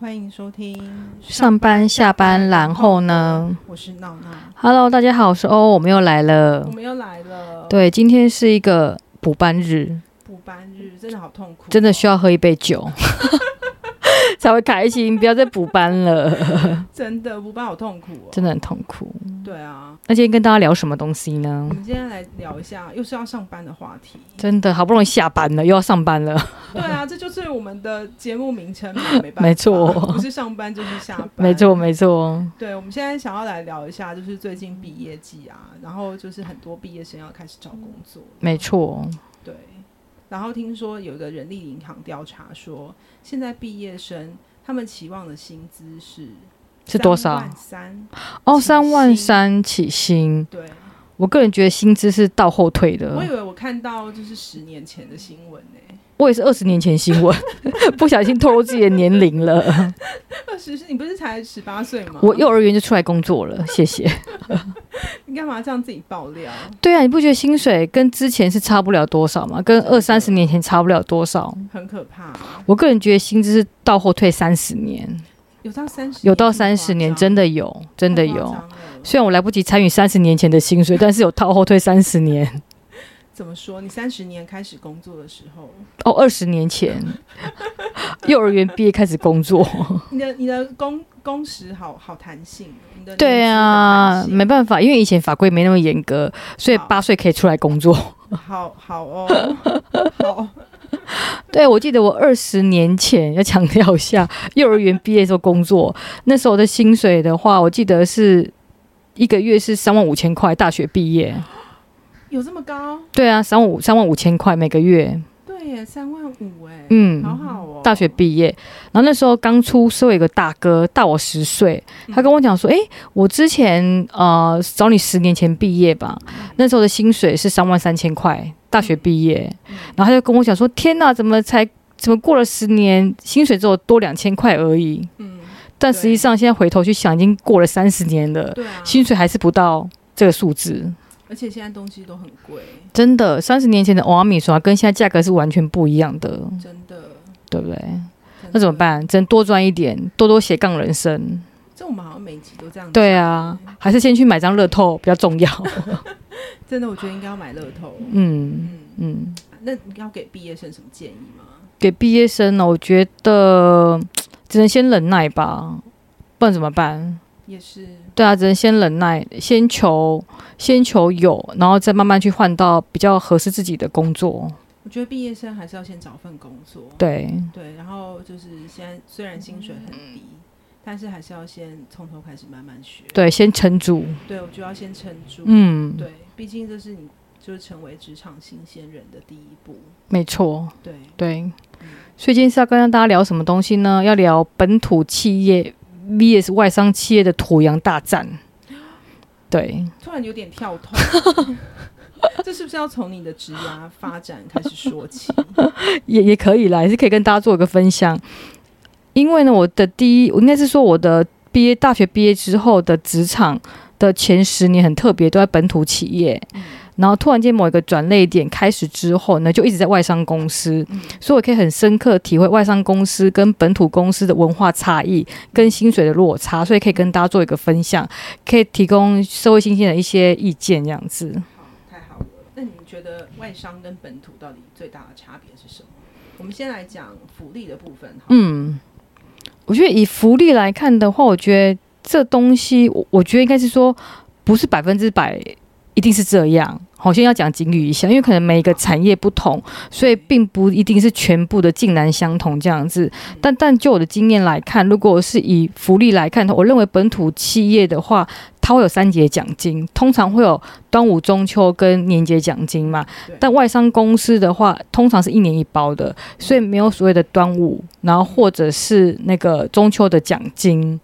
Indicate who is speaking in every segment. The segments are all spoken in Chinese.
Speaker 1: 欢迎收听
Speaker 2: 上班下班，然后呢
Speaker 1: 我是闹闹，
Speaker 2: ？Hello，大家好，我是欧，我们又来了
Speaker 1: 我。们又来了，，
Speaker 2: 对，今天是一个补班日，
Speaker 1: 补班日真的好痛苦哦，
Speaker 2: 真的需要喝一杯酒 才会开心，不要再补班了，
Speaker 1: 真的补班好痛苦哦，
Speaker 2: 真的很痛苦。
Speaker 1: 对啊，
Speaker 2: 那今天跟大家聊什么东西呢
Speaker 1: 我？们今天来聊一下，又是要上班的话题，
Speaker 2: 真的好不容易下班了，又要上班 了，
Speaker 1: 对啊，这就是我们的节目名称嘛， 没办法，
Speaker 2: 没错
Speaker 1: 不是上班就是下班，
Speaker 2: 没错，没错，
Speaker 1: 对，我们现在想要来聊一下，就是最近毕业季啊，然后就是很多毕业生要开始找工作，
Speaker 2: 没错，
Speaker 1: 对，然后听说有一个人力银行调查说，现在毕业生他们期望的薪资是
Speaker 2: 是多少？
Speaker 1: 三
Speaker 2: 哦，
Speaker 1: 起薪
Speaker 2: 三万三起薪。
Speaker 1: 对，
Speaker 2: 我个人觉得薪资是倒后退的。
Speaker 1: 我以为我看到就是十年前的新闻呢、
Speaker 2: 我也是二十年前新闻， 不小心透露自己的年龄了。
Speaker 1: 二十是你不是才十八岁吗？
Speaker 2: 我幼儿园就出来工作了，谢谢。
Speaker 1: 你干嘛这样自己爆料？
Speaker 2: 对啊，你不觉得薪水跟之前是差不了多少吗？跟二三十年前差不了多少。
Speaker 1: 很可怕、啊
Speaker 2: 我个人觉得薪资是倒后退三十年，
Speaker 1: 有到三十
Speaker 2: 有到三十年，真的有，真的有。虽然我来不及参与三十年前的薪水，但是有倒后退三十年
Speaker 1: 怎么说？你三十年开始工作的时候，
Speaker 2: 哦，二十年前幼儿园毕业开始工作。
Speaker 1: 你的你的工工时好好弹性，你的
Speaker 2: 对啊，没
Speaker 1: 没
Speaker 2: 办法，因为以前法规没那么严格，所以
Speaker 1: 好
Speaker 2: 八岁可以出来工作。
Speaker 1: 好好哦， 好
Speaker 2: 对，我记得我二十年前要强调一下，幼儿园毕业的时候工作，那时候的薪水的话，我记得是一个月是三万五千块，大学毕业。
Speaker 1: 有这么高？
Speaker 2: 对啊，三万五三万五千块每个月，
Speaker 1: 对耶，三万五哎，
Speaker 2: 嗯，
Speaker 1: 好好哦，
Speaker 2: 大学毕业，然后那时候刚出社会，有个大哥大我十岁，
Speaker 1: 嗯
Speaker 2: 他跟我讲说：“诶，我之前呃找你十年前毕业吧，那时候的薪水是三万三千块，大学毕业。
Speaker 1: 嗯”
Speaker 2: 然后他就跟我讲说：“天哪，怎么才怎么过了十年，薪水只有多两千块而已？
Speaker 1: 嗯，
Speaker 2: 但实际上现在回头去想，已经过了三十年了，
Speaker 1: 对啊，
Speaker 2: 薪水还是不到这个数字。
Speaker 1: 而且现在东西都很贵，
Speaker 2: 真的，三十年前的欧阿米刷跟现在价格是完全不一样的，
Speaker 1: 真的。
Speaker 2: 对不对？
Speaker 1: 真的
Speaker 2: 那怎么？办？只能多赚一点，多多斜杠人生。”
Speaker 1: 这我们好像每集都这样讲。
Speaker 2: 对啊，还是先去买张乐透比较重要。
Speaker 1: 真的，我觉得应该要买乐透。
Speaker 2: 嗯
Speaker 1: 嗯，
Speaker 2: 嗯，
Speaker 1: 那你要给毕业生什么建议吗？
Speaker 2: 给毕业生呢，我觉得只能先忍耐吧，不然怎么办？
Speaker 1: 也是，
Speaker 2: 对啊，只能先忍耐，先求先求有，然后再慢慢去换到比较合适自己的工作。
Speaker 1: 我觉得毕业生还是要先找份工作。
Speaker 2: 对，
Speaker 1: 对，然后就是现在虽然薪水很低，但是还是要先从头开始慢慢学。
Speaker 2: 对，先撑住。
Speaker 1: 对，我就要先撑住。
Speaker 2: 嗯，
Speaker 1: 对，毕竟这是你就是成为职场新鲜人的第一步。
Speaker 2: 没错，
Speaker 1: 对，
Speaker 2: 对。所以今天嗯是要跟大家聊什么东西呢？要聊本土企业 VS 外商企业的土洋大战。对，
Speaker 1: 突然有点跳 痛，这是不是要从你的职涯发展开始说起？
Speaker 2: 也也可以啦，也是可以跟大家做一个分享。因为呢，我的第一，我应该是说我的毕业大学毕业之后的职场的前十年很特别，都在本土企业。然后突然间某一个转类点开始之后呢，就一直在外商公司，所以我可以很深刻体会外商公司跟本土公司的文化差异跟薪水的落差，所以可以跟大家做一个分享，可以提供社会新鲜的一些意见，这样子。
Speaker 1: 好，太好了。那你觉得外商跟本土到底最大的差别是什么？我们先来讲福利的部分哈。
Speaker 2: 嗯，我觉得以福利来看的话，我觉得这东西，我我觉得应该是说不是百分之百一定是这样。好，先要讲警语一下，因为可能每一个产业不同，所以并不一定是全部的竟然相同这样子。但但就我的经验来看，如果是以福利来看，我认为本土企业的话，它会有三节奖金，通常会有端午、中秋跟年节奖金嘛。
Speaker 1: 对
Speaker 2: 嗯但外商公司的话，通常是一年一包的，所以没有所谓的端午，然后或者是那个中秋的奖金，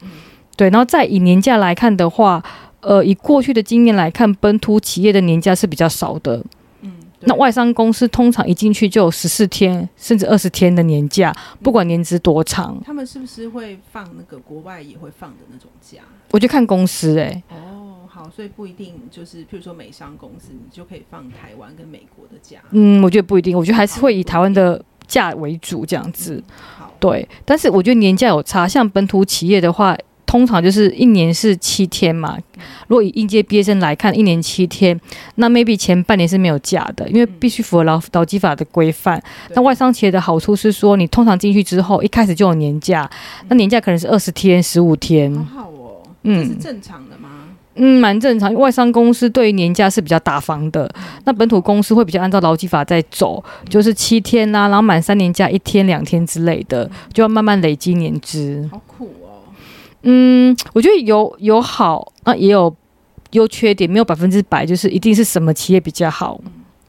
Speaker 2: 对，然后再以年假来看的话，呃，以过去的经验来看，本土企业的年假是比较少的，
Speaker 1: 嗯，对
Speaker 2: 那外商公司通常一进去就有十四天甚至二十天的年假，不管年资多长，
Speaker 1: 他们是不是会放那个国外也会放的那种假？
Speaker 2: 我就看公司诶、欸
Speaker 1: 哦，好，所以不一定就是，譬如说美商公司，你就可以放台湾跟美国的假。
Speaker 2: 嗯嗯，我觉得不一定，我觉得还是会以台湾的假为主这样子。
Speaker 1: 嗯好，
Speaker 2: 对，但是我觉得年假有差，像本土企业的话，通常就是一年是七天嘛。如果以应届毕业生来看，一年七天，那 maybe 前半年是没有假的，因为必须符合劳劳基法的规范。那外商企业的好处是说，你通常进去之后，一开始就有年假，那年假可能是二十天、十五
Speaker 1: 好
Speaker 2: 天，
Speaker 1: 好哦，
Speaker 2: 嗯
Speaker 1: 这是正常的吗？
Speaker 2: 嗯，蛮正常。因为外商公司对于年假是比较大方的，那本土公司会比较按照劳基法在走，
Speaker 1: 嗯
Speaker 2: 就是七天啦、然后满三年假一天、两天之类的，就要慢慢累积年资。
Speaker 1: 嗯好苦哦，
Speaker 2: 嗯，我觉得有有好，那、也有优缺点，没有百分之百，就是一定是什么企业比较好。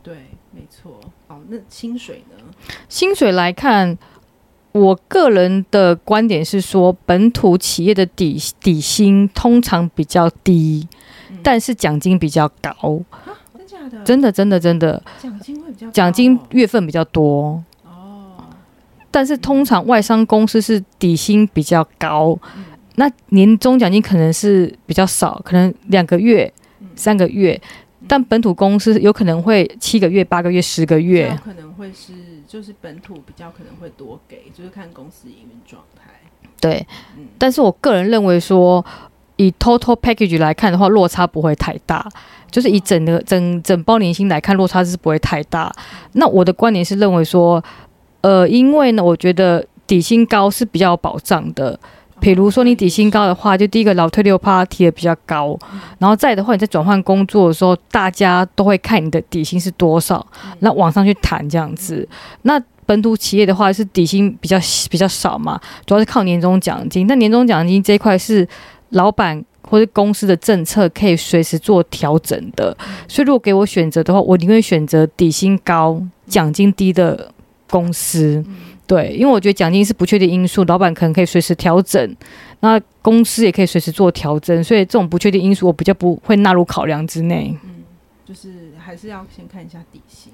Speaker 1: 对，没错。哦，那薪水呢？
Speaker 2: 薪水来看，我个人的观点是说，本土企业的底底薪通常比较低，
Speaker 1: 嗯
Speaker 2: 但是奖金比较高。
Speaker 1: 真假的？
Speaker 2: 真的，真的，真的，
Speaker 1: 奖金会比较高哦
Speaker 2: 奖金月份比较多。
Speaker 1: 哦，
Speaker 2: 但是通常外商公司是底薪比较高，那年终奖金可能是比较少，可能两个月、三个月，但本土公司有可能会七个月、八个月、十个
Speaker 1: 这
Speaker 2: 月
Speaker 1: 样。可能会是就是本土比较可能会多给，就是看公司营运状态。
Speaker 2: 对，
Speaker 1: 嗯，
Speaker 2: 但是我个人认为说，以 total package 来看的话，落差不会太大，就是以整个整整包年薪来看，落差是不会太大。那我的观点是认为说，呃，因为呢，我觉得底薪高是比较有保障的。比如说你底薪高的话，就第一个老退六趴提的比较高，然后再的话，你在转换工作的时候，大家都会看你的底薪是多少，
Speaker 1: 嗯
Speaker 2: 那往上去谈这样子。那本土企业的话是底薪比较比较少嘛，主要是靠年终奖金。那年终奖金这一块是老板或者公司的政策可以随时做调整的，所以如果给我选择的话，我宁愿选择底薪高、奖金低的公司。对，因为我觉得奖金是不确定因素，老板可能可以随时调整，那公司也可以随时做调整，所以这种不确定因素我比较不会纳入考量之内。
Speaker 1: 就是还是要先看一下底薪。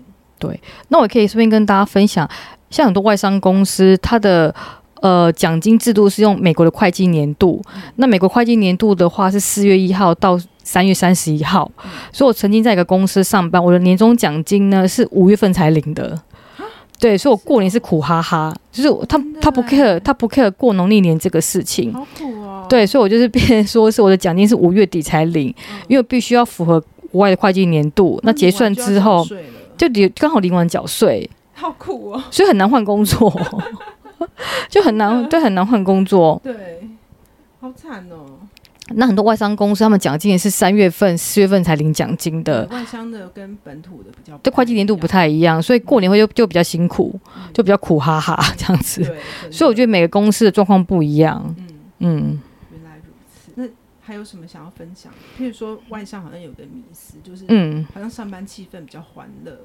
Speaker 2: 那我可以顺便跟大家分享，像很多外商公司，它的呃奖金制度是用美国的会计年度。
Speaker 1: 嗯
Speaker 2: 那美国会计年度的话是四月一号到三月三十一号，
Speaker 1: 嗯
Speaker 2: 所以我曾经在一个公司上班，我的年终奖金呢是五月份才领的。对，所以我过年是苦哈哈，就是我他
Speaker 1: 啊真的
Speaker 2: 他不
Speaker 1: 欸
Speaker 2: care 他不 care 过农历年这个事情，
Speaker 1: 好苦哦。
Speaker 2: 对，所以我就是变成说是我的奖金是五月底才领，
Speaker 1: 嗯
Speaker 2: 因为必须要符合国外的会计年度，那结算之后
Speaker 1: 那你晚就要缴税了
Speaker 2: 就领刚好领完缴税，
Speaker 1: 好苦哦。
Speaker 2: 所以很难换工作， 就很难对啊很难换工作。
Speaker 1: 对，好惨哦。
Speaker 2: 那很多外商公司他们奖金也是三月份、四月份才领奖金的，
Speaker 1: 呃外商的跟本土的比较不太一样，嗯
Speaker 2: 对会计年度不太一样，所以过年会就就比较辛苦，就比较苦哈哈 这样
Speaker 1: 对
Speaker 2: 子。，
Speaker 1: 真的
Speaker 2: 所以我觉得每个公司的状况不一样。
Speaker 1: 嗯，
Speaker 2: 嗯，
Speaker 1: 原来如此。那还有什么想要分享？譬如说外商好像有个迷思，就是
Speaker 2: 嗯，
Speaker 1: 好像上班气氛比较欢乐，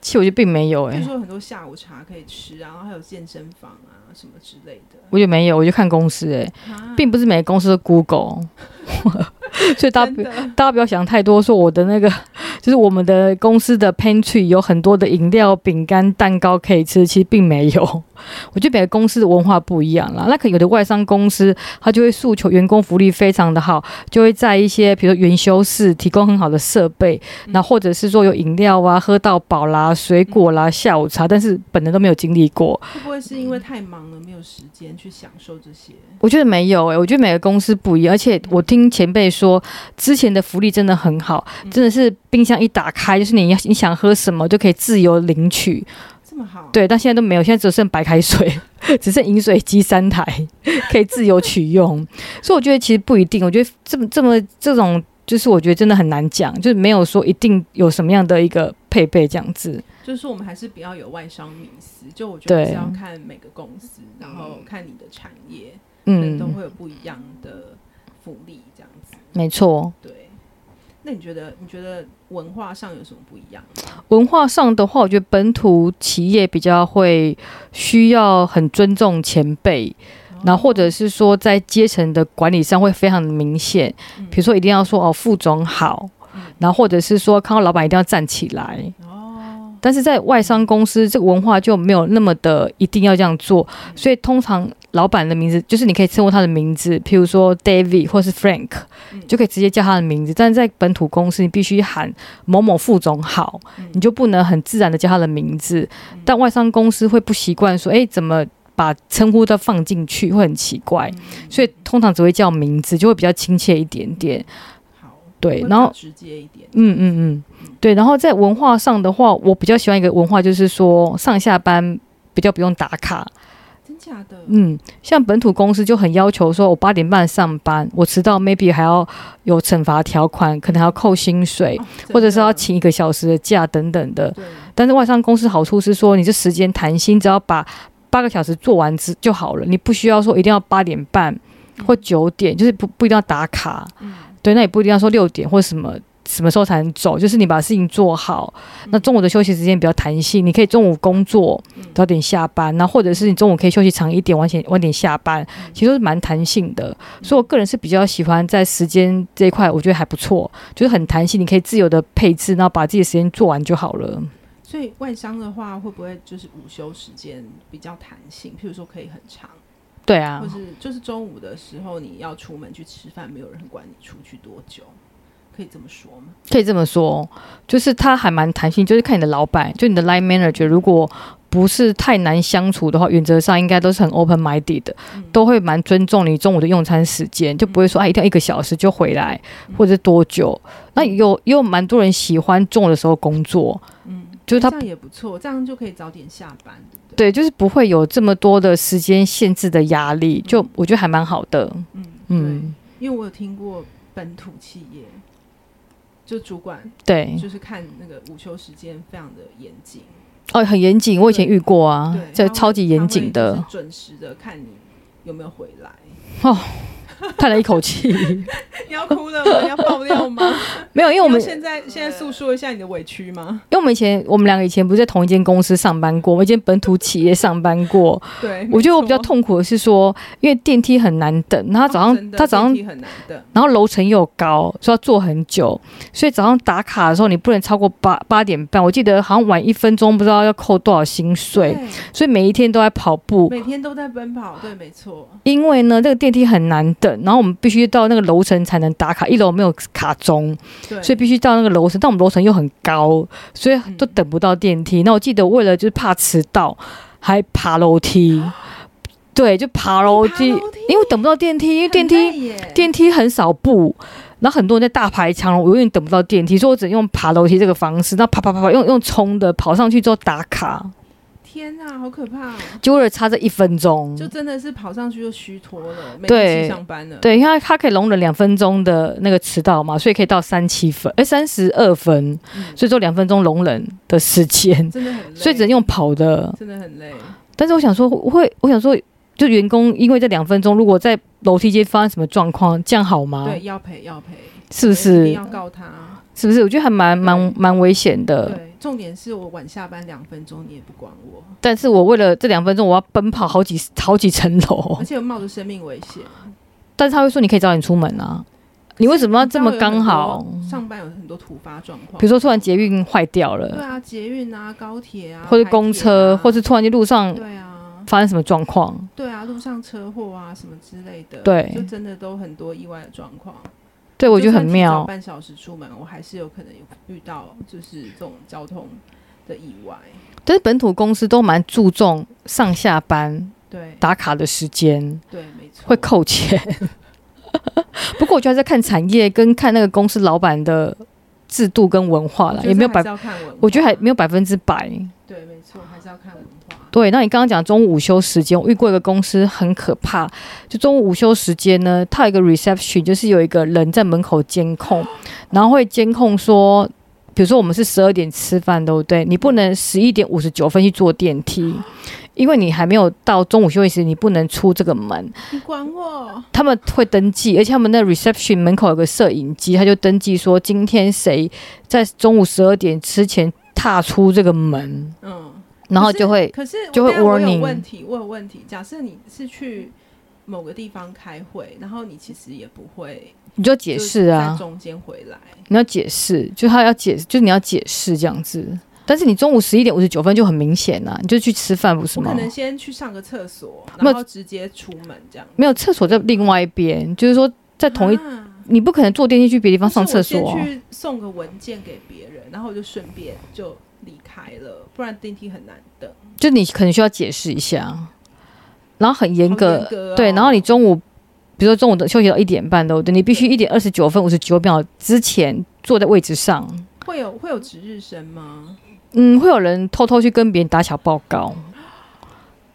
Speaker 2: 其实我觉得并没有哎、
Speaker 1: 譬如说很多下午茶可以吃啊，然后还有健身房啊什么之类的。
Speaker 2: 我觉得没有，我就看公司哎、
Speaker 1: 啊
Speaker 2: 并不是每个公司都 Google，所以大家
Speaker 1: 真
Speaker 2: 不
Speaker 1: 的
Speaker 2: 大家不要想太多，说我的那个 就是我们的公司的 pantry 有很多的饮料、饼干、蛋糕可以吃，其实并没有。 我觉得每个公司的文化不一样啦。那可能有的外商公司，它就会诉求员工福利非常的好，就会在一些比如说元修室提供很好的设备，那或者是说有饮料啊、喝到饱啦、水果啦、下午茶，但是本人都没有经历过。
Speaker 1: 会不会是
Speaker 2: 嗯
Speaker 1: 因为太忙了，没有时间去享受这些？
Speaker 2: 我觉得没有诶、我觉得每个公司不一样，而且我听前辈说，之前的福利真的很好，真的是冰箱一打开，就是你要你想喝什么就可以自由领取。
Speaker 1: 这么好？，啊
Speaker 2: 对，但现在都没有，现在只剩白开水， 只剩饮水机三台可以自由取用。所以我觉得其实不一定，我觉得这么这么这种，就是我觉得真的很难讲，就是没有说一定有什么样的一个配备这样子。
Speaker 1: 就是说我们还是不要有外商迷思，就我觉得
Speaker 2: 对
Speaker 1: 还是要看每个公司，然后看你的产业，可能都
Speaker 2: 嗯，
Speaker 1: 会有不一样的福利，这样子。
Speaker 2: 没错。
Speaker 1: 对，那你觉得你觉得文化上有什么不一样吗？
Speaker 2: 文化上的话，我觉得本土企业比较会需要很尊重前辈，然后或者是说在阶层的管理上会非常的明显，比如说一定要说哦副总好，然后或者是说看到老板一定要站起来，
Speaker 1: 哦，
Speaker 2: 但是在外商公司，这个文化就没有那么的一定要这样做，所以通常老板的名字就是你可以称呼他的名字，譬如说 David 或是 Frank，就可以直接叫他的名字。但是在本土公司，你必须喊某某副总好，你就不能很自然的叫他的名字。但外商公司会不习惯说，诶，怎么把称呼都放进去，会很奇怪，哎
Speaker 1: 嗯
Speaker 2: 所以通常只会叫名字，就会比较亲切一点点。
Speaker 1: 好，
Speaker 2: 对
Speaker 1: 会，
Speaker 2: 然后
Speaker 1: 比较直接一点，
Speaker 2: 嗯嗯嗯，对。然后在文化上的话，我比较喜欢一个文化，就是说上下班比较不用打卡。
Speaker 1: 真假的？
Speaker 2: 嗯，像本土公司就很要求说，我八点半上班，我迟到 maybe 还要有惩罚条款，可能还要扣薪水，
Speaker 1: 哦
Speaker 2: 或者是
Speaker 1: 真
Speaker 2: 要。
Speaker 1: 的
Speaker 2: 请一个小时的假等等的。
Speaker 1: 对，
Speaker 2: 但是外商公司好处是说，你这时间弹性，只要把八个小时做完之就好了，你不需要说一定要八点半或九点，就是不不一定要打卡。
Speaker 1: 嗯
Speaker 2: 对，那也不一定要说六点或什么什么时候才能走，就是你把事情做好。
Speaker 1: 嗯
Speaker 2: 那中午的休息时间比较弹性，你可以中午工作早点下班，那或者是你中午可以休息长一点，晚点晚点下班，
Speaker 1: 嗯
Speaker 2: 其实都是蛮弹性的。所以我个人是比较喜欢在时间这一块，我觉得还不错，就是很弹性，你可以自由的配置，然后把自己的时间做完就好了。
Speaker 1: 所以外商的话，会不会就是午休时间比较弹性？譬如说可以很长，
Speaker 2: 对啊
Speaker 1: 或，是就是中午的时候你要出门去吃饭，没有人管你出去多久，可以这么说吗？
Speaker 2: 可以这么说，就是它还蛮弹性，就是看你的老板，就你的 line manager，如果不是太难相处的话，原则上应该都是很 open minded 的，
Speaker 1: 嗯
Speaker 2: 都会蛮尊重你中午的用餐时间，就不会说啊一定要一个小时就回来
Speaker 1: 嗯
Speaker 2: 或者多久。那有也有蛮多人喜欢中午的时候工作，
Speaker 1: 嗯，
Speaker 2: 就是他
Speaker 1: 这样也不错，这样就可以早点下班，对不对？
Speaker 2: 对，就是不会有这么多的时间限制的压力，就我觉得还蛮好的。
Speaker 1: 嗯，
Speaker 2: 嗯，
Speaker 1: 对，因为我有听过本土企业，就主管
Speaker 2: 对，
Speaker 1: 就是看那个午休时间非常的严谨，
Speaker 2: 哦，很严谨，我以前遇过啊
Speaker 1: 对，，
Speaker 2: 这
Speaker 1: 他会
Speaker 2: 超级严
Speaker 1: 他会
Speaker 2: 谨的
Speaker 1: 就是，准时的看你有没有回来。
Speaker 2: 叹了一口气。
Speaker 1: 你要哭了吗？你要爆料吗？
Speaker 2: 没有，因为 我
Speaker 1: 我们
Speaker 2: 们呃
Speaker 1: 现在现在诉说一下你的委屈吗？
Speaker 2: 因为我们以前我们两个以前不是在同一间公司上班过，我们一间本土企业上班过。
Speaker 1: 对，
Speaker 2: 我觉得我比较
Speaker 1: 没错
Speaker 2: 痛苦的是说，因为电梯很难等，然后他早
Speaker 1: 哦
Speaker 2: 上、
Speaker 1: 真的
Speaker 2: 他早上
Speaker 1: 电，梯很难的，
Speaker 2: 然后楼层又高，所以要坐很久，所以早上打卡的时候你不能超过八八点半。我记得好像晚一分钟不知道要扣多少薪水，所以每一天都在跑步。
Speaker 1: 每天都在奔跑，对，没错，
Speaker 2: 因为呢，这个电梯很难等，然后我们必须到那个楼层才能打卡，一楼没有卡钟，
Speaker 1: 对，
Speaker 2: 所以必须到那个楼层，但我们楼层又很高，所以都等不到电梯。那我记得为了就是怕迟到，还爬楼梯，对，就爬楼梯，
Speaker 1: 爬楼梯
Speaker 2: 因为等不到电梯，因为电
Speaker 1: 很累
Speaker 2: 梯
Speaker 1: 耶
Speaker 2: 电梯很少步，然后很多人在大排长龙，我永远等不到电梯，所以我只能用爬楼梯这个方式，那爬爬爬爬，用用冲的跑上去之后打卡，
Speaker 1: 天啊，好可怕哦！
Speaker 2: 就为了差这一分钟。
Speaker 1: 就真的是跑上去就虚脱了，没
Speaker 2: 对
Speaker 1: 力气上班了，，
Speaker 2: 对，因为它可以容忍两分钟的那个迟到嘛，所以可以到三七分，哎，三十二分，
Speaker 1: 嗯
Speaker 2: 所以就两分钟容忍的时间。
Speaker 1: 真的很累，
Speaker 2: 所以只能啊用跑的。
Speaker 1: 真的很累，
Speaker 2: 但是我想说，会我想说，就员工因为这两分钟，如果在楼梯间发生什么状况，这样好吗？
Speaker 1: 对，要赔要赔，
Speaker 2: 是不
Speaker 1: 一定
Speaker 2: 是
Speaker 1: 要？告他？
Speaker 2: 是不是？我觉得还蛮蛮
Speaker 1: 对
Speaker 2: 蛮危险的。
Speaker 1: 对，重点是我晚下班两分钟，你也不管我，
Speaker 2: 但是我为了这两分钟，我要奔跑好几好几层楼
Speaker 1: 而。且冒着生命危险。
Speaker 2: 但是他会说，你可以早点出门啊。你为什么要这么刚好？
Speaker 1: 上班有很多突发状况，
Speaker 2: 哦比如说突然捷运坏掉
Speaker 1: 对
Speaker 2: 了，
Speaker 1: 啊，捷运啊、高铁啊，
Speaker 2: 或者公
Speaker 1: 台铁
Speaker 2: 车，
Speaker 1: 啊
Speaker 2: 或是突然间路上
Speaker 1: 对啊，
Speaker 2: 发生什么状况？
Speaker 1: 对啊，路上车祸啊什么之类的，
Speaker 2: 对
Speaker 1: 就真的都很多意外的状况。
Speaker 2: 对我觉得很
Speaker 1: 就算提早
Speaker 2: 妙。
Speaker 1: 半小时出门，我还是有可能有遇到就是这种交通的意外。
Speaker 2: 但是本土公司都蛮注重上下班
Speaker 1: 对
Speaker 2: 打卡的时间。
Speaker 1: 对，没错，
Speaker 2: 会扣钱。 不过我觉得还在看产业跟看那个公司老板的制度跟文化
Speaker 1: 我
Speaker 2: 啦，
Speaker 1: 觉得
Speaker 2: 也没有
Speaker 1: 还
Speaker 2: 百
Speaker 1: 是，要看文化，
Speaker 2: 我觉得还没有百分之百。
Speaker 1: 对，没错，还是要看文化。
Speaker 2: 对，那你刚刚讲中午午休时间，我遇过一个公司很可怕，就中午午休时间呢，它有一个 reception，就是有一个人在门口监控，然后会监控说。比如说，我们是十二点吃饭，对不对？你不能十一点五十九分去坐电梯，因为你还没有到中午休息时，你不能出这个门。
Speaker 1: 你管我？
Speaker 2: 他们会登记，而且他们那 reception 门口有个摄影机，他就登记说今天谁在中午十二点之前踏出这个门，
Speaker 1: 嗯，
Speaker 2: 然后就会
Speaker 1: 可是我
Speaker 2: 就会
Speaker 1: 等一下我有
Speaker 2: warning
Speaker 1: 问题，我有问题。假设你是去某个地方开会，然后你其实也不会
Speaker 2: 你就解释
Speaker 1: 就是在
Speaker 2: 啊，
Speaker 1: 中间回来。
Speaker 2: 你要解释，就他要解释，就你要解释这样子，但是你中午十一点五十九分就很明显了、你就去吃饭不是
Speaker 1: 我
Speaker 2: 吗
Speaker 1: 可？能先去上个厕所，
Speaker 2: 没有
Speaker 1: 然后直接出门这样。
Speaker 2: 没有厕所在另外一边，就是说在同一，
Speaker 1: 啊
Speaker 2: 你不可能坐电梯去别的地方上厕
Speaker 1: 或
Speaker 2: 所、
Speaker 1: 是我
Speaker 2: 啊
Speaker 1: 先。去送个文件给别人，然后我就顺便就离开了，不然电梯很难等。
Speaker 2: 就你可能需要解释一下，然后很严
Speaker 1: 好
Speaker 2: 格，
Speaker 1: 严格哦
Speaker 2: 对，然后你中午，比如说中午的休息到一点半都对，你必须一点二十九分五十九秒之前坐在位置上。
Speaker 1: 会有会有值日生吗？
Speaker 2: 嗯，会有人偷偷去跟别人打小报告，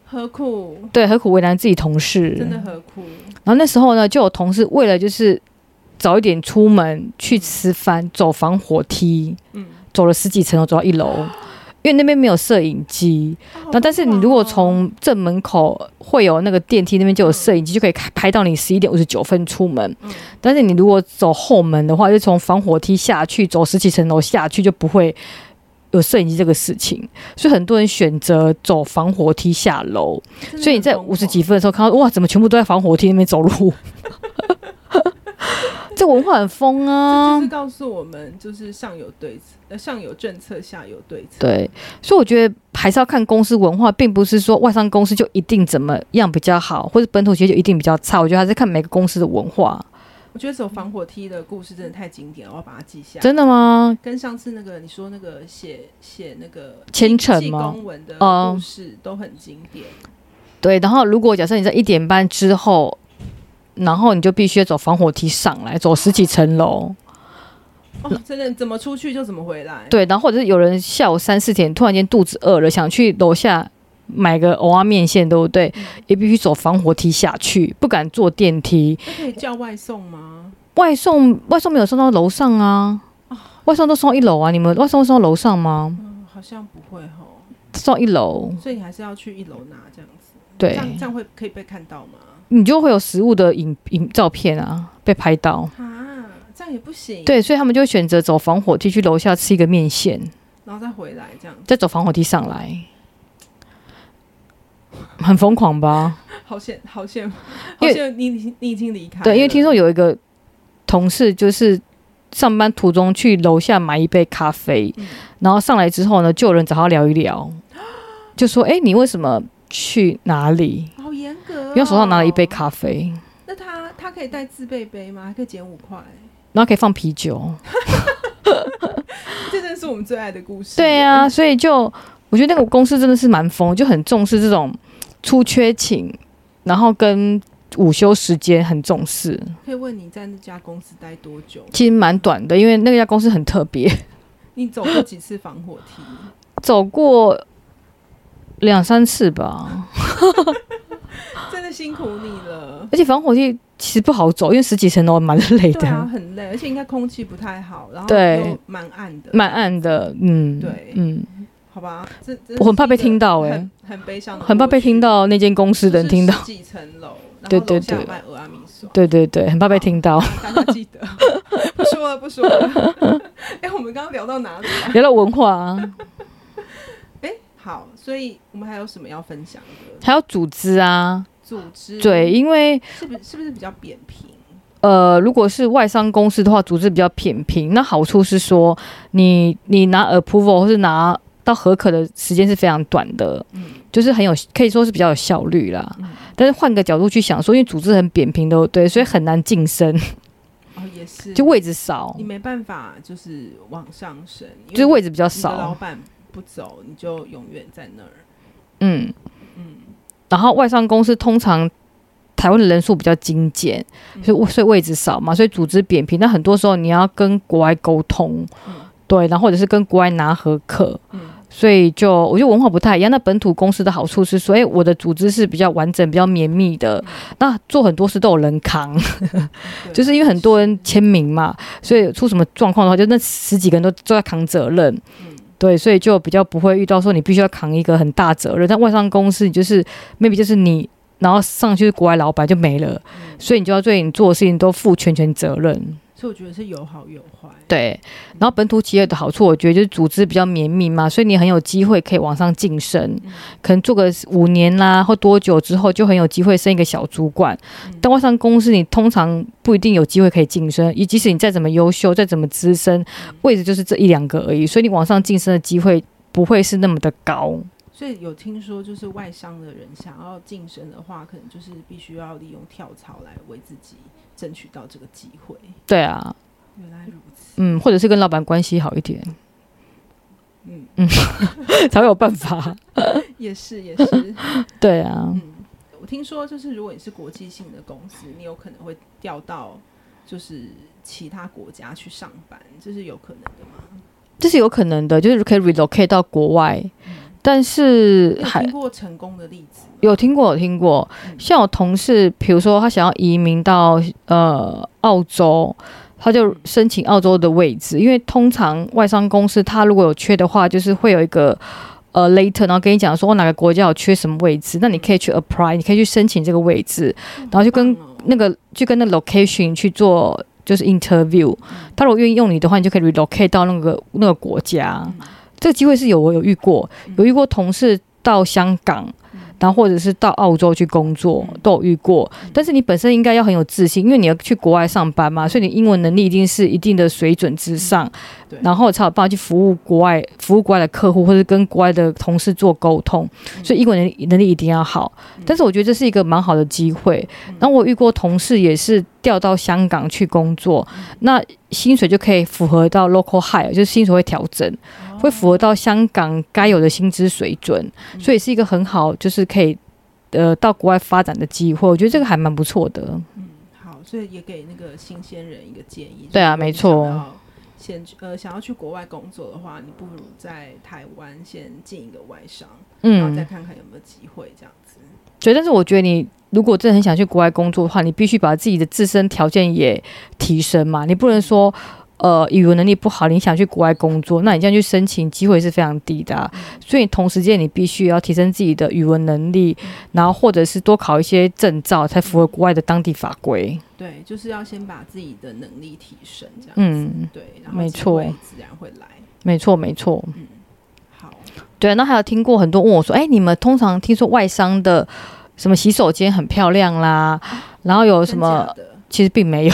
Speaker 1: 何苦？
Speaker 2: 对，何苦为难自己同事？
Speaker 1: 真的何苦？
Speaker 2: 然后那时候呢，就有同事为了就是早一点出门去吃饭，走防火梯，
Speaker 1: 嗯，
Speaker 2: 走了十几层楼走到一楼，因为那边没有摄影机。
Speaker 1: 啊
Speaker 2: 那但是你如果从正门口会有那个电梯那边就有摄影机，就可以看拍到你十一点五十九分出门。
Speaker 1: 好棒哦
Speaker 2: 但是你如果走后门的话，就从防火梯下去，走十几层楼下去就不会有摄影机这个事情，所以很多人选择走防火梯下
Speaker 1: 嗯
Speaker 2: 楼。
Speaker 1: 真的
Speaker 2: 所以你在
Speaker 1: 很疯
Speaker 2: 五十
Speaker 1: 狂
Speaker 2: 几分的时候看到，哇，怎么全部都在防火梯那边走路？ 这文化很疯
Speaker 1: 这
Speaker 2: 啊
Speaker 1: 就是！告诉我们，就是上有对策，呃，上有政策，下有对策。
Speaker 2: 对，所以我觉得还是要看公司文化，并不是说外商公司就一定怎么样比较好，或者本土企业就一定比较差。我觉得还是看每个公司的文化。
Speaker 1: 我觉得走防火梯的故事真的太经典了，我要把它记下来。
Speaker 2: 真的吗？
Speaker 1: 跟上次那个你说那个写写那个
Speaker 2: 千层
Speaker 1: 寄
Speaker 2: 吗？
Speaker 1: 公文的
Speaker 2: 哦
Speaker 1: 故事都很经典。
Speaker 2: 对，然后如果假设你在一点半之后，然后你就必须走防火梯上来，走十几层楼。
Speaker 1: 哦，真的怎么出去就怎么回来。，
Speaker 2: 对，然后或者是有人下午三四点突然间肚子饿了，想去楼下买个蚵仔面线，对不对？也必须走防火梯下去，不敢坐电梯。
Speaker 1: 那可以叫外送吗？
Speaker 2: 外送外送没有送到楼上啊，外送都送到一楼啊。你们外送会送到楼上吗？
Speaker 1: 嗯，好像不会哈，
Speaker 2: 送到一楼，
Speaker 1: 所以你还是要去一楼拿这样子。这
Speaker 2: 对，
Speaker 1: 样这样会可以被看到吗？
Speaker 2: 你就会有食物的影影照片啊，被拍到。
Speaker 1: 啊，这样也不行。，
Speaker 2: 对，所以他们就会选择走防火梯去楼下吃一个面线。
Speaker 1: 然后再回来这样，
Speaker 2: 再走防火梯上来，很疯狂吧？
Speaker 1: 好险，好险，好
Speaker 2: 因为
Speaker 1: 险！你你你已经离开了。
Speaker 2: 对，因为听说有一个同事就是上班途中去楼下买一杯咖啡，
Speaker 1: 嗯
Speaker 2: 然后上来之后呢，就有人找他聊 一聊，就说：“哎、你为什么去哪里？”
Speaker 1: 好严格、哦。
Speaker 2: 因为手上拿了一杯咖啡，
Speaker 1: 那他他可以带自备杯吗？还可以减五块，
Speaker 2: 然后可以放啤酒。
Speaker 1: 这真的是我们最爱的故事。
Speaker 2: 对啊，，所以就我觉得那个公司真的是蛮疯，就很重视这种出缺勤，然后跟午休时间很重视。
Speaker 1: 可以问你在那家公司待多久？
Speaker 2: 其实蛮短的，因为那家公司很特别，
Speaker 1: 你走过几次防火 梯？
Speaker 2: 走过两三次吧。
Speaker 1: 真的辛苦你了。
Speaker 2: 而且防火梯其实不好走，因为十几层楼蛮累
Speaker 1: 对啊，
Speaker 2: 的，
Speaker 1: 很累，而且应该空气不太好，然后
Speaker 2: 对
Speaker 1: 又蛮暗的，
Speaker 2: 蛮、暗的。嗯，
Speaker 1: 对
Speaker 2: 嗯，
Speaker 1: 好吧？这这
Speaker 2: 我很怕被听到
Speaker 1: 哎、
Speaker 2: 欸
Speaker 1: 很很悲伤的过去，
Speaker 2: 很怕被听到那间公司的人听到
Speaker 1: 就。是十几层楼，然后
Speaker 2: 对对
Speaker 1: 楼下有
Speaker 2: 对
Speaker 1: 卖俄阿米索，啊
Speaker 2: 对对对，很怕被听 到。
Speaker 1: 大家记得，不说了不说了。 哎、我们刚刚聊到哪里啊？
Speaker 2: 聊到文化、啊，
Speaker 1: 哎、好，所以我们还有什么要分享的？
Speaker 2: 还有组织啊，
Speaker 1: 组织
Speaker 2: 对，因为
Speaker 1: 是不是是不是比较扁平？
Speaker 2: 呃，如果是外商公司的话，组织比较扁平。那好处是说，你你拿 approval 或是拿到合可的时间是非常短的，
Speaker 1: 嗯
Speaker 2: 就是很有可以说是比较有效率啦。
Speaker 1: 嗯，
Speaker 2: 但是换个角度去想说，因为组织很扁平的，对，所以很难晋升，
Speaker 1: 哦也是，
Speaker 2: 就位置少
Speaker 1: 你，没办法就是往上升，因
Speaker 2: 就是
Speaker 1: 为
Speaker 2: 位置比较
Speaker 1: 你的老
Speaker 2: 少，
Speaker 1: 板不走，你就永远在那儿。
Speaker 2: 嗯。
Speaker 1: 嗯，
Speaker 2: 然后外商公司通常台湾的人数比较精简，
Speaker 1: 嗯
Speaker 2: 所以所以位置少嘛，所以组织扁平。那很多时候你要跟国外沟通，
Speaker 1: 嗯
Speaker 2: 对，然后或者是跟国外拿合课，
Speaker 1: 嗯
Speaker 2: 所以就我觉得文化不太一样。那本土公司的好处是说，哎，我的组织是比较完整、比较绵密的，
Speaker 1: 嗯
Speaker 2: 那做很多事都有人扛，
Speaker 1: 对
Speaker 2: 就是因为很多人签名嘛，所以出什么状况的话，就那十几个人都都在扛责任。
Speaker 1: 嗯
Speaker 2: 对，所以就比较不会遇到说你必须要扛一个很大责任。但外商公司，你就是 maybe 就是你，然后上去是国外老板就没了，
Speaker 1: 嗯
Speaker 2: 所以你就要对你做的事情都负全权责任。
Speaker 1: 所以我觉得是有好有坏。
Speaker 2: 对，然后本土企业的好处，我觉得就是组织比较绵密嘛，所以你很有机会可以往上晋升，
Speaker 1: 嗯
Speaker 2: 可能做个五年啦或多久之后，就很有机会升一个小主管。
Speaker 1: 嗯
Speaker 2: 但外商公司你通常不一定有机会可以晋升，以即
Speaker 1: 嗯
Speaker 2: 使你再怎么优秀，再怎么资深，位置就是这一两个而已，所以你往上晋升的机会不会是那么的高。
Speaker 1: 所以有听说，就是外商的人想要晋升的话，可能就是必须要利用跳槽来为自己争取到这个机会。
Speaker 2: 对啊，
Speaker 1: 原来如此，
Speaker 2: 嗯，或者是跟老板关系好一点，
Speaker 1: 嗯，
Speaker 2: 才会有办法。
Speaker 1: 也是也是，
Speaker 2: 对啊，
Speaker 1: 嗯，我听说就是如果你是国际性的公司，你有可能会调到就是其他国家去上班，这是有可能的吗？
Speaker 2: 这是有可能的，就是可以 relocate 到国外，但是
Speaker 1: 你有
Speaker 2: 还
Speaker 1: 听过成功的例子吗？
Speaker 2: 有听过有听过，像我同事，比如说他想要移民到呃澳洲，他就申请澳洲的位置，因为通常外商公司他如果有缺的话，就是会有一个。呃，later，然后跟你讲说，我哪个国家有缺什么位置，那你可以去 apply，你可以去申请这个位置，然后就跟
Speaker 1: 棒哦
Speaker 2: 那个去跟那 location 去做就是 interview，他如果愿意用你的话，你就可以 relocate 到那个那个国家。
Speaker 1: 嗯
Speaker 2: 这个机会是有我有遇过，有遇过同事到香港，然后或者是到澳洲去工作
Speaker 1: 嗯
Speaker 2: 都有遇过。但是你本身应该要很有自信，因为你要去国外上班嘛，所以你英文能力一定是一定的水准之上
Speaker 1: 嗯对，
Speaker 2: 然后才有办法去服务国外服务国外的客户，或者跟国外的同事做沟通。
Speaker 1: 嗯
Speaker 2: 所以英文能力能力一定要好。但是我觉得这是一个蛮好的机会。然后我遇过同事也是调到香港去工作，那薪水就可以符合到 local high，就是薪水会调整，会符合到香港该有的薪资水准，所以是一个很好就是可以。呃，到国外发展的机会，我觉得这个还蛮不错的。
Speaker 1: 好，所以也给那个新鲜人一个建议。
Speaker 2: 对啊
Speaker 1: 就是如果
Speaker 2: 没
Speaker 1: 你
Speaker 2: 错
Speaker 1: 想要先去呃，想要去国外工作的话，你不如在台湾先进一个外商，然后再
Speaker 2: 嗯，
Speaker 1: 看看有没有机会这样子。
Speaker 2: 对。但是我觉得你如果真的很想去国外工作的话，你必须把自己的自身条件也提升嘛。你不能说，呃，语文能力不好，你想去国外工作，那你这样去申请机会是非常低的啊、所以同时间你必须要提升自己的语文能力，然后或者是多考一些证照，才符合国外的当地法规。
Speaker 1: 对，就是要先把自己的能力提升这样子。
Speaker 2: 嗯，
Speaker 1: 对，然后
Speaker 2: 没
Speaker 1: 机
Speaker 2: 错
Speaker 1: 会自然会来。嗯
Speaker 2: 没错，没错。
Speaker 1: 好，
Speaker 2: 对，啊那还有听过很多问我说，哎，你们通常听说外商的什么洗手间很漂亮啦，然后有什
Speaker 1: 真
Speaker 2: 么
Speaker 1: 假？ 的？
Speaker 2: 其实并没有。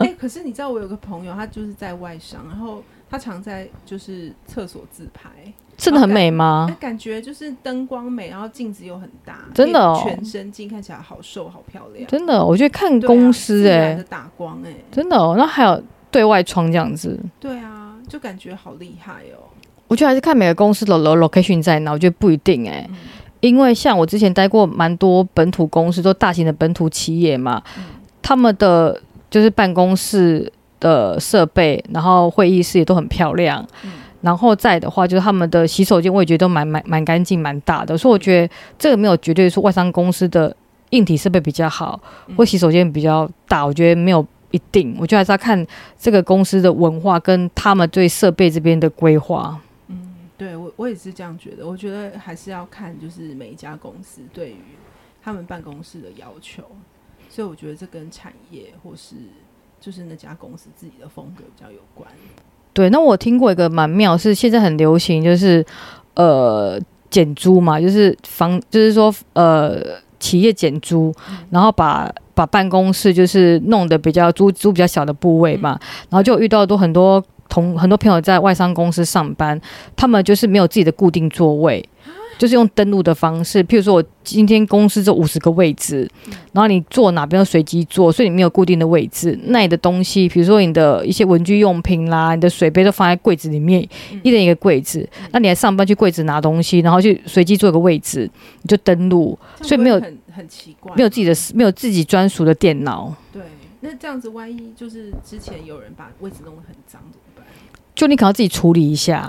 Speaker 1: 哎、可是你知道我有个朋友，他就是在外商，然后他常在就是厕所自拍。
Speaker 2: 真的很
Speaker 1: OK
Speaker 2: 美
Speaker 1: 那
Speaker 2: 吗？
Speaker 1: 感觉就是灯光美，然后镜子又很大，
Speaker 2: 真的哦
Speaker 1: 可以全身镜看起来好瘦好漂亮。
Speaker 2: 真的，我觉得看
Speaker 1: 对啊
Speaker 2: 公司
Speaker 1: 自
Speaker 2: 哎、
Speaker 1: 然的打光哎、
Speaker 2: 真的哦。那还有对外窗这样子，
Speaker 1: 对啊，就感觉好厉害哦。
Speaker 2: 我觉得还是看每个公司的 lo- location 在哪，我觉得不一定哎、
Speaker 1: 嗯
Speaker 2: 因为像我之前待过蛮多本土公司，都大型的本土企业嘛，他们的就是办公室的设备，然后会议室也都很漂亮，
Speaker 1: 嗯
Speaker 2: 然后再的话就是他们的洗手间，我也觉得都蛮蛮蛮干净、蛮大的，所以我觉得这个没有绝对说外商公司的硬体设备比较好，或洗手间比较大，我觉得没有。一定，我觉得还是要看这个公司的文化跟他们对设备这边的规划。
Speaker 1: 对我我也是这样觉得，我觉得还是要看就是每一家公司对于他们办公室的要求，所以我觉得这跟产业或是就是那家公司自己的风格比较有关。
Speaker 2: 对，那我听过一个蛮妙，是现在很流行，就是呃减租嘛，就是房，就是说呃企业减租，然后把把办公室就是弄得比较租租比较小的部位嘛，然后就遇到都很多同很多朋友在外商公司上班，他们就是没有自己的固定座位。就是用登录的方式，譬如说我今天公司这五十个位置，然后你坐哪边就随机坐，所以你没有固定的位置。那你的东西，比如说你的一些文具用品啦，你的水杯都放在柜子里面，一人一个柜子。那你来上班去柜子拿东西，然后去随机做一个位置，你就登录，
Speaker 1: 这样
Speaker 2: 所以
Speaker 1: 不
Speaker 2: 没
Speaker 1: 会
Speaker 2: 有
Speaker 1: 很很奇怪，
Speaker 2: 没有自己的没有自己专属的电脑。
Speaker 1: 对。那这样子，万一就是之前有人把位置弄得很脏怎么办？
Speaker 2: 就你可能要自己处理一下，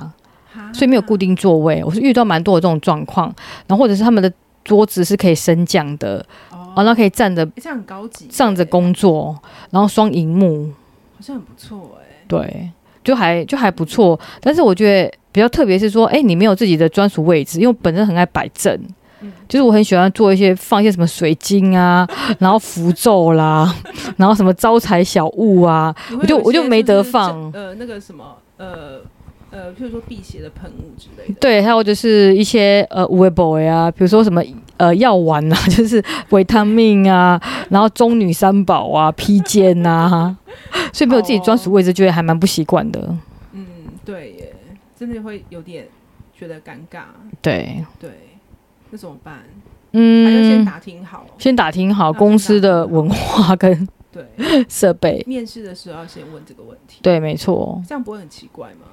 Speaker 1: 哈
Speaker 2: 所以没有固定座位。我是遇到蛮多的这种状况，然后或者是他们的桌子是可以升降的，
Speaker 1: 哦
Speaker 2: 哦，那可以站着
Speaker 1: 欸这样很高级耶，
Speaker 2: 站着工作，然后双荧幕，
Speaker 1: 好像很不错哎、
Speaker 2: 对，就还就还不错。但是我觉得比较特别是说，哎、你没有自己的专属位置，因为我本身很爱摆正。
Speaker 1: 嗯
Speaker 2: 就是我很喜欢做一些放一些什么水 晶啊，然后符咒啦，然后什么招财小物啊，
Speaker 1: 你会
Speaker 2: 我就
Speaker 1: 有一
Speaker 2: 我就
Speaker 1: 些
Speaker 2: 没得
Speaker 1: 是
Speaker 2: 放
Speaker 1: 呃那个什么呃呃，譬如说辟邪的喷雾之类的。
Speaker 2: 对，还有就是一些呃五味 boy 啊，比如说什么呃药丸啊， 就是维他命啊，然后中女三宝啊、披肩
Speaker 1: 哦
Speaker 2: 呐、啊，所以没有自己专属位置，觉得还蛮不习惯的。
Speaker 1: 嗯，对耶，真的会有点觉得尴尬，
Speaker 2: 对，
Speaker 1: 对，那怎么办？还是先
Speaker 2: 嗯，
Speaker 1: 打听好，
Speaker 2: 先打听好
Speaker 1: 要先
Speaker 2: 公
Speaker 1: 打
Speaker 2: 司
Speaker 1: 听
Speaker 2: 的
Speaker 1: 好
Speaker 2: 文化跟
Speaker 1: 对，
Speaker 2: 设 备。
Speaker 1: 面试的时候要先问这个问题，
Speaker 2: 对，没错。
Speaker 1: 这样不会很奇怪吗？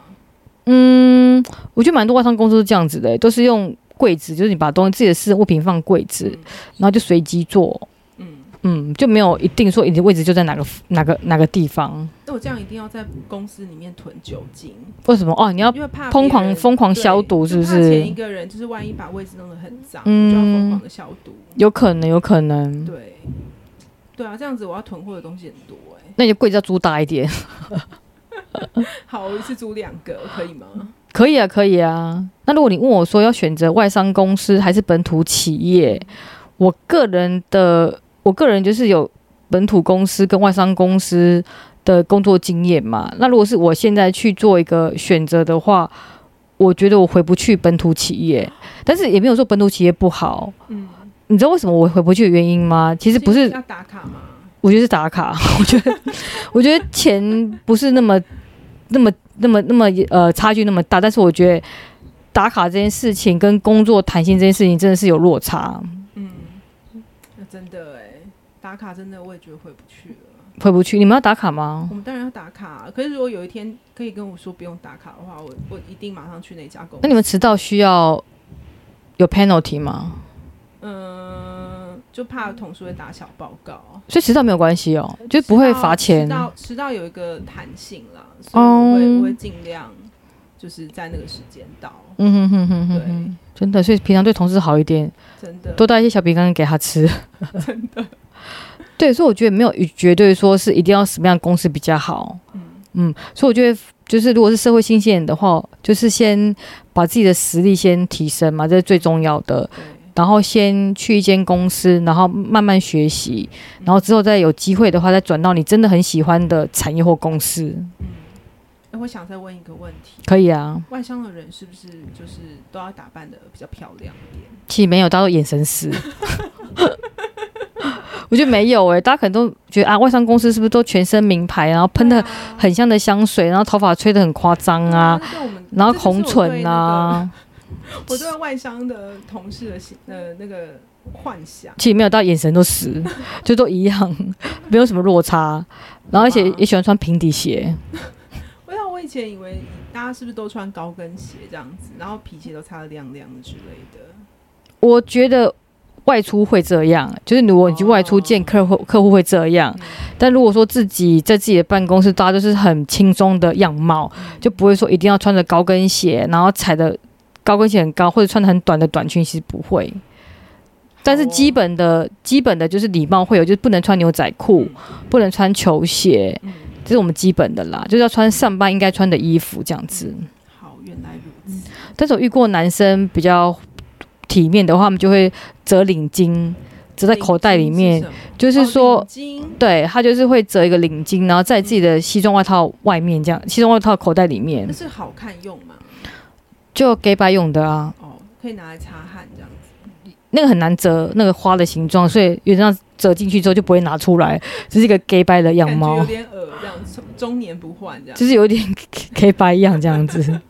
Speaker 2: 嗯，我觉得蛮多外商公司都这样子的、都是用柜子，就是你把东西自己的私人物品放柜子，
Speaker 1: 嗯
Speaker 2: 然后就随机做，
Speaker 1: 嗯，
Speaker 2: 嗯，就没有一定说你的位置就在哪个哪个哪个地方。
Speaker 1: 那我这样一定要在公司里面囤酒精，
Speaker 2: 为什么？哦，你要
Speaker 1: 因为怕别
Speaker 2: 疯狂
Speaker 1: 人
Speaker 2: 疯狂消毒，
Speaker 1: 对
Speaker 2: 是不
Speaker 1: 就怕前一
Speaker 2: 是？
Speaker 1: 个人就是万一把位置弄得很脏，
Speaker 2: 嗯
Speaker 1: 就要疯狂的消毒。
Speaker 2: 有可能，有可能。
Speaker 1: 对，对啊，这样子我要囤货的东西很多哎、
Speaker 2: 那你的柜子要租大一点，
Speaker 1: 好，我一次租两个可以吗？
Speaker 2: 可以啊，可以啊。那如果你问我说要选择外商公司还是本土企业，我个人的，我个人就是有本土公司跟外商公司的工作经验嘛。那如果是我现在去做一个选择的话，我觉得我回不去本土企业，但是也没有说本土企业不好。
Speaker 1: 嗯，
Speaker 2: 你知道为什么我回不去的原因吗？其实不是
Speaker 1: 要打卡吗？
Speaker 2: 我觉得是打卡， 我觉得我觉得钱不是那么那么那么那么呃差距那么大，但是我觉得打卡这件事情跟工作弹性这件事情真的是有落差，
Speaker 1: 嗯，那真的哎、打卡真的我也觉得回不去了。
Speaker 2: 回不去。你们要打卡吗
Speaker 1: 我？们当然要打卡啊、可是如果有一天可以跟我说不用打卡的话，我我一定马上去那家公司。
Speaker 2: 那你们迟到需要有 penalty 吗？
Speaker 1: 嗯，就怕同事会打小报告，啊
Speaker 2: 所以迟到没有关系哦，就不会罚钱
Speaker 1: 迟。到迟到有一个弹性啦，所以
Speaker 2: 哦
Speaker 1: 我会、我会尽量就是在那个时间到，
Speaker 2: 嗯哼哼哼哼
Speaker 1: 对
Speaker 2: 哼，真的，所以平常对同事好一点，
Speaker 1: 真的
Speaker 2: 多带一些小饼干给他吃。真的。对，所以我觉得没有绝对说是一定要什么样的公司比较好。
Speaker 1: 嗯
Speaker 2: 嗯，所以我觉得就是如果是社会新鲜人的话，就是先把自己的实力先提升嘛，这是最重要的。
Speaker 1: 对，
Speaker 2: 然后先去一间公司，然后慢慢学习，然后之后再有机会的话，再转到你真的很喜欢的产业或公司，
Speaker 1: 嗯，哎，我想再问一个问题，
Speaker 2: 可以啊。
Speaker 1: 外商的人是不是就是都要打扮的比较漂亮一点？
Speaker 2: 其实没有，大家都眼神死。 我觉得没有诶、欸大家可能都觉得啊，外商公司是不是都全身名牌，然后喷的
Speaker 1: 对啊
Speaker 2: 很香的香水，然后头发吹得很夸张啊，，
Speaker 1: 对那对我们
Speaker 2: 然后
Speaker 1: 这就是
Speaker 2: 红唇啊，
Speaker 1: 我对那个，我对外商的同事的心呃那个幻想，
Speaker 2: 其实没有到眼神都死，就都一样，没有什么落差。然后而且
Speaker 1: 好吧
Speaker 2: 也喜欢穿平底鞋，
Speaker 1: 我想哎我以前以为大家是不是都穿高跟鞋这样子，然后皮鞋都擦的亮亮的之类的。
Speaker 2: 我觉得。外出会这样，就是如果你去外出见客户，客户会这样。但如果说自己在自己的办公室，大家都是很轻松的样貌，就不会说一定要穿着高跟鞋，然后踩的高跟鞋很高，或者穿的很短的短裙，其实不会。但是基本的、基本的就是礼貌会有，就是不能穿牛仔裤，不能穿球鞋，
Speaker 1: 嗯
Speaker 2: 这是我们基本的啦，就是要穿上班应该穿的衣服这样子。
Speaker 1: 好，原来如此。
Speaker 2: 但是我遇过男生比较体面的话，他们就会折领巾，折在口袋里面，
Speaker 1: 领巾是什么，
Speaker 2: 就
Speaker 1: 就是
Speaker 2: 说。
Speaker 1: 巾
Speaker 2: 对他就是会折一个领巾，然后在自己的西装外套外面这样，西装外套口袋里面
Speaker 1: 那是好看用嘛？
Speaker 2: 就 gay 白用的啊，
Speaker 1: 哦，可以拿来擦汗这样子。
Speaker 2: 那个很难折那个花的形状，所以原则上折进去之后就不会拿出来，只是一个 gay 白的样
Speaker 1: 感觉
Speaker 2: 貌
Speaker 1: 有。点恶，这样中中年不换这样。
Speaker 2: 就是有点 K 白一样这样 子。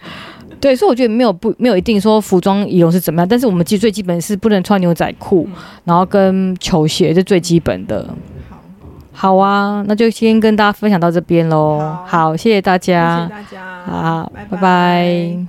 Speaker 2: 对，所以我觉得没有不没有一定说服装仪容是怎么样，但是我们基最基本是不能穿牛仔裤，
Speaker 1: 嗯
Speaker 2: 然后跟球鞋这是最基本的。
Speaker 1: 好，
Speaker 2: 好啊，那就先跟大家分享到这边喽。
Speaker 1: 好
Speaker 2: 啊好，谢谢大
Speaker 1: 谢
Speaker 2: 家
Speaker 1: 谢，大家，
Speaker 2: 好，
Speaker 1: 拜
Speaker 2: 拜拜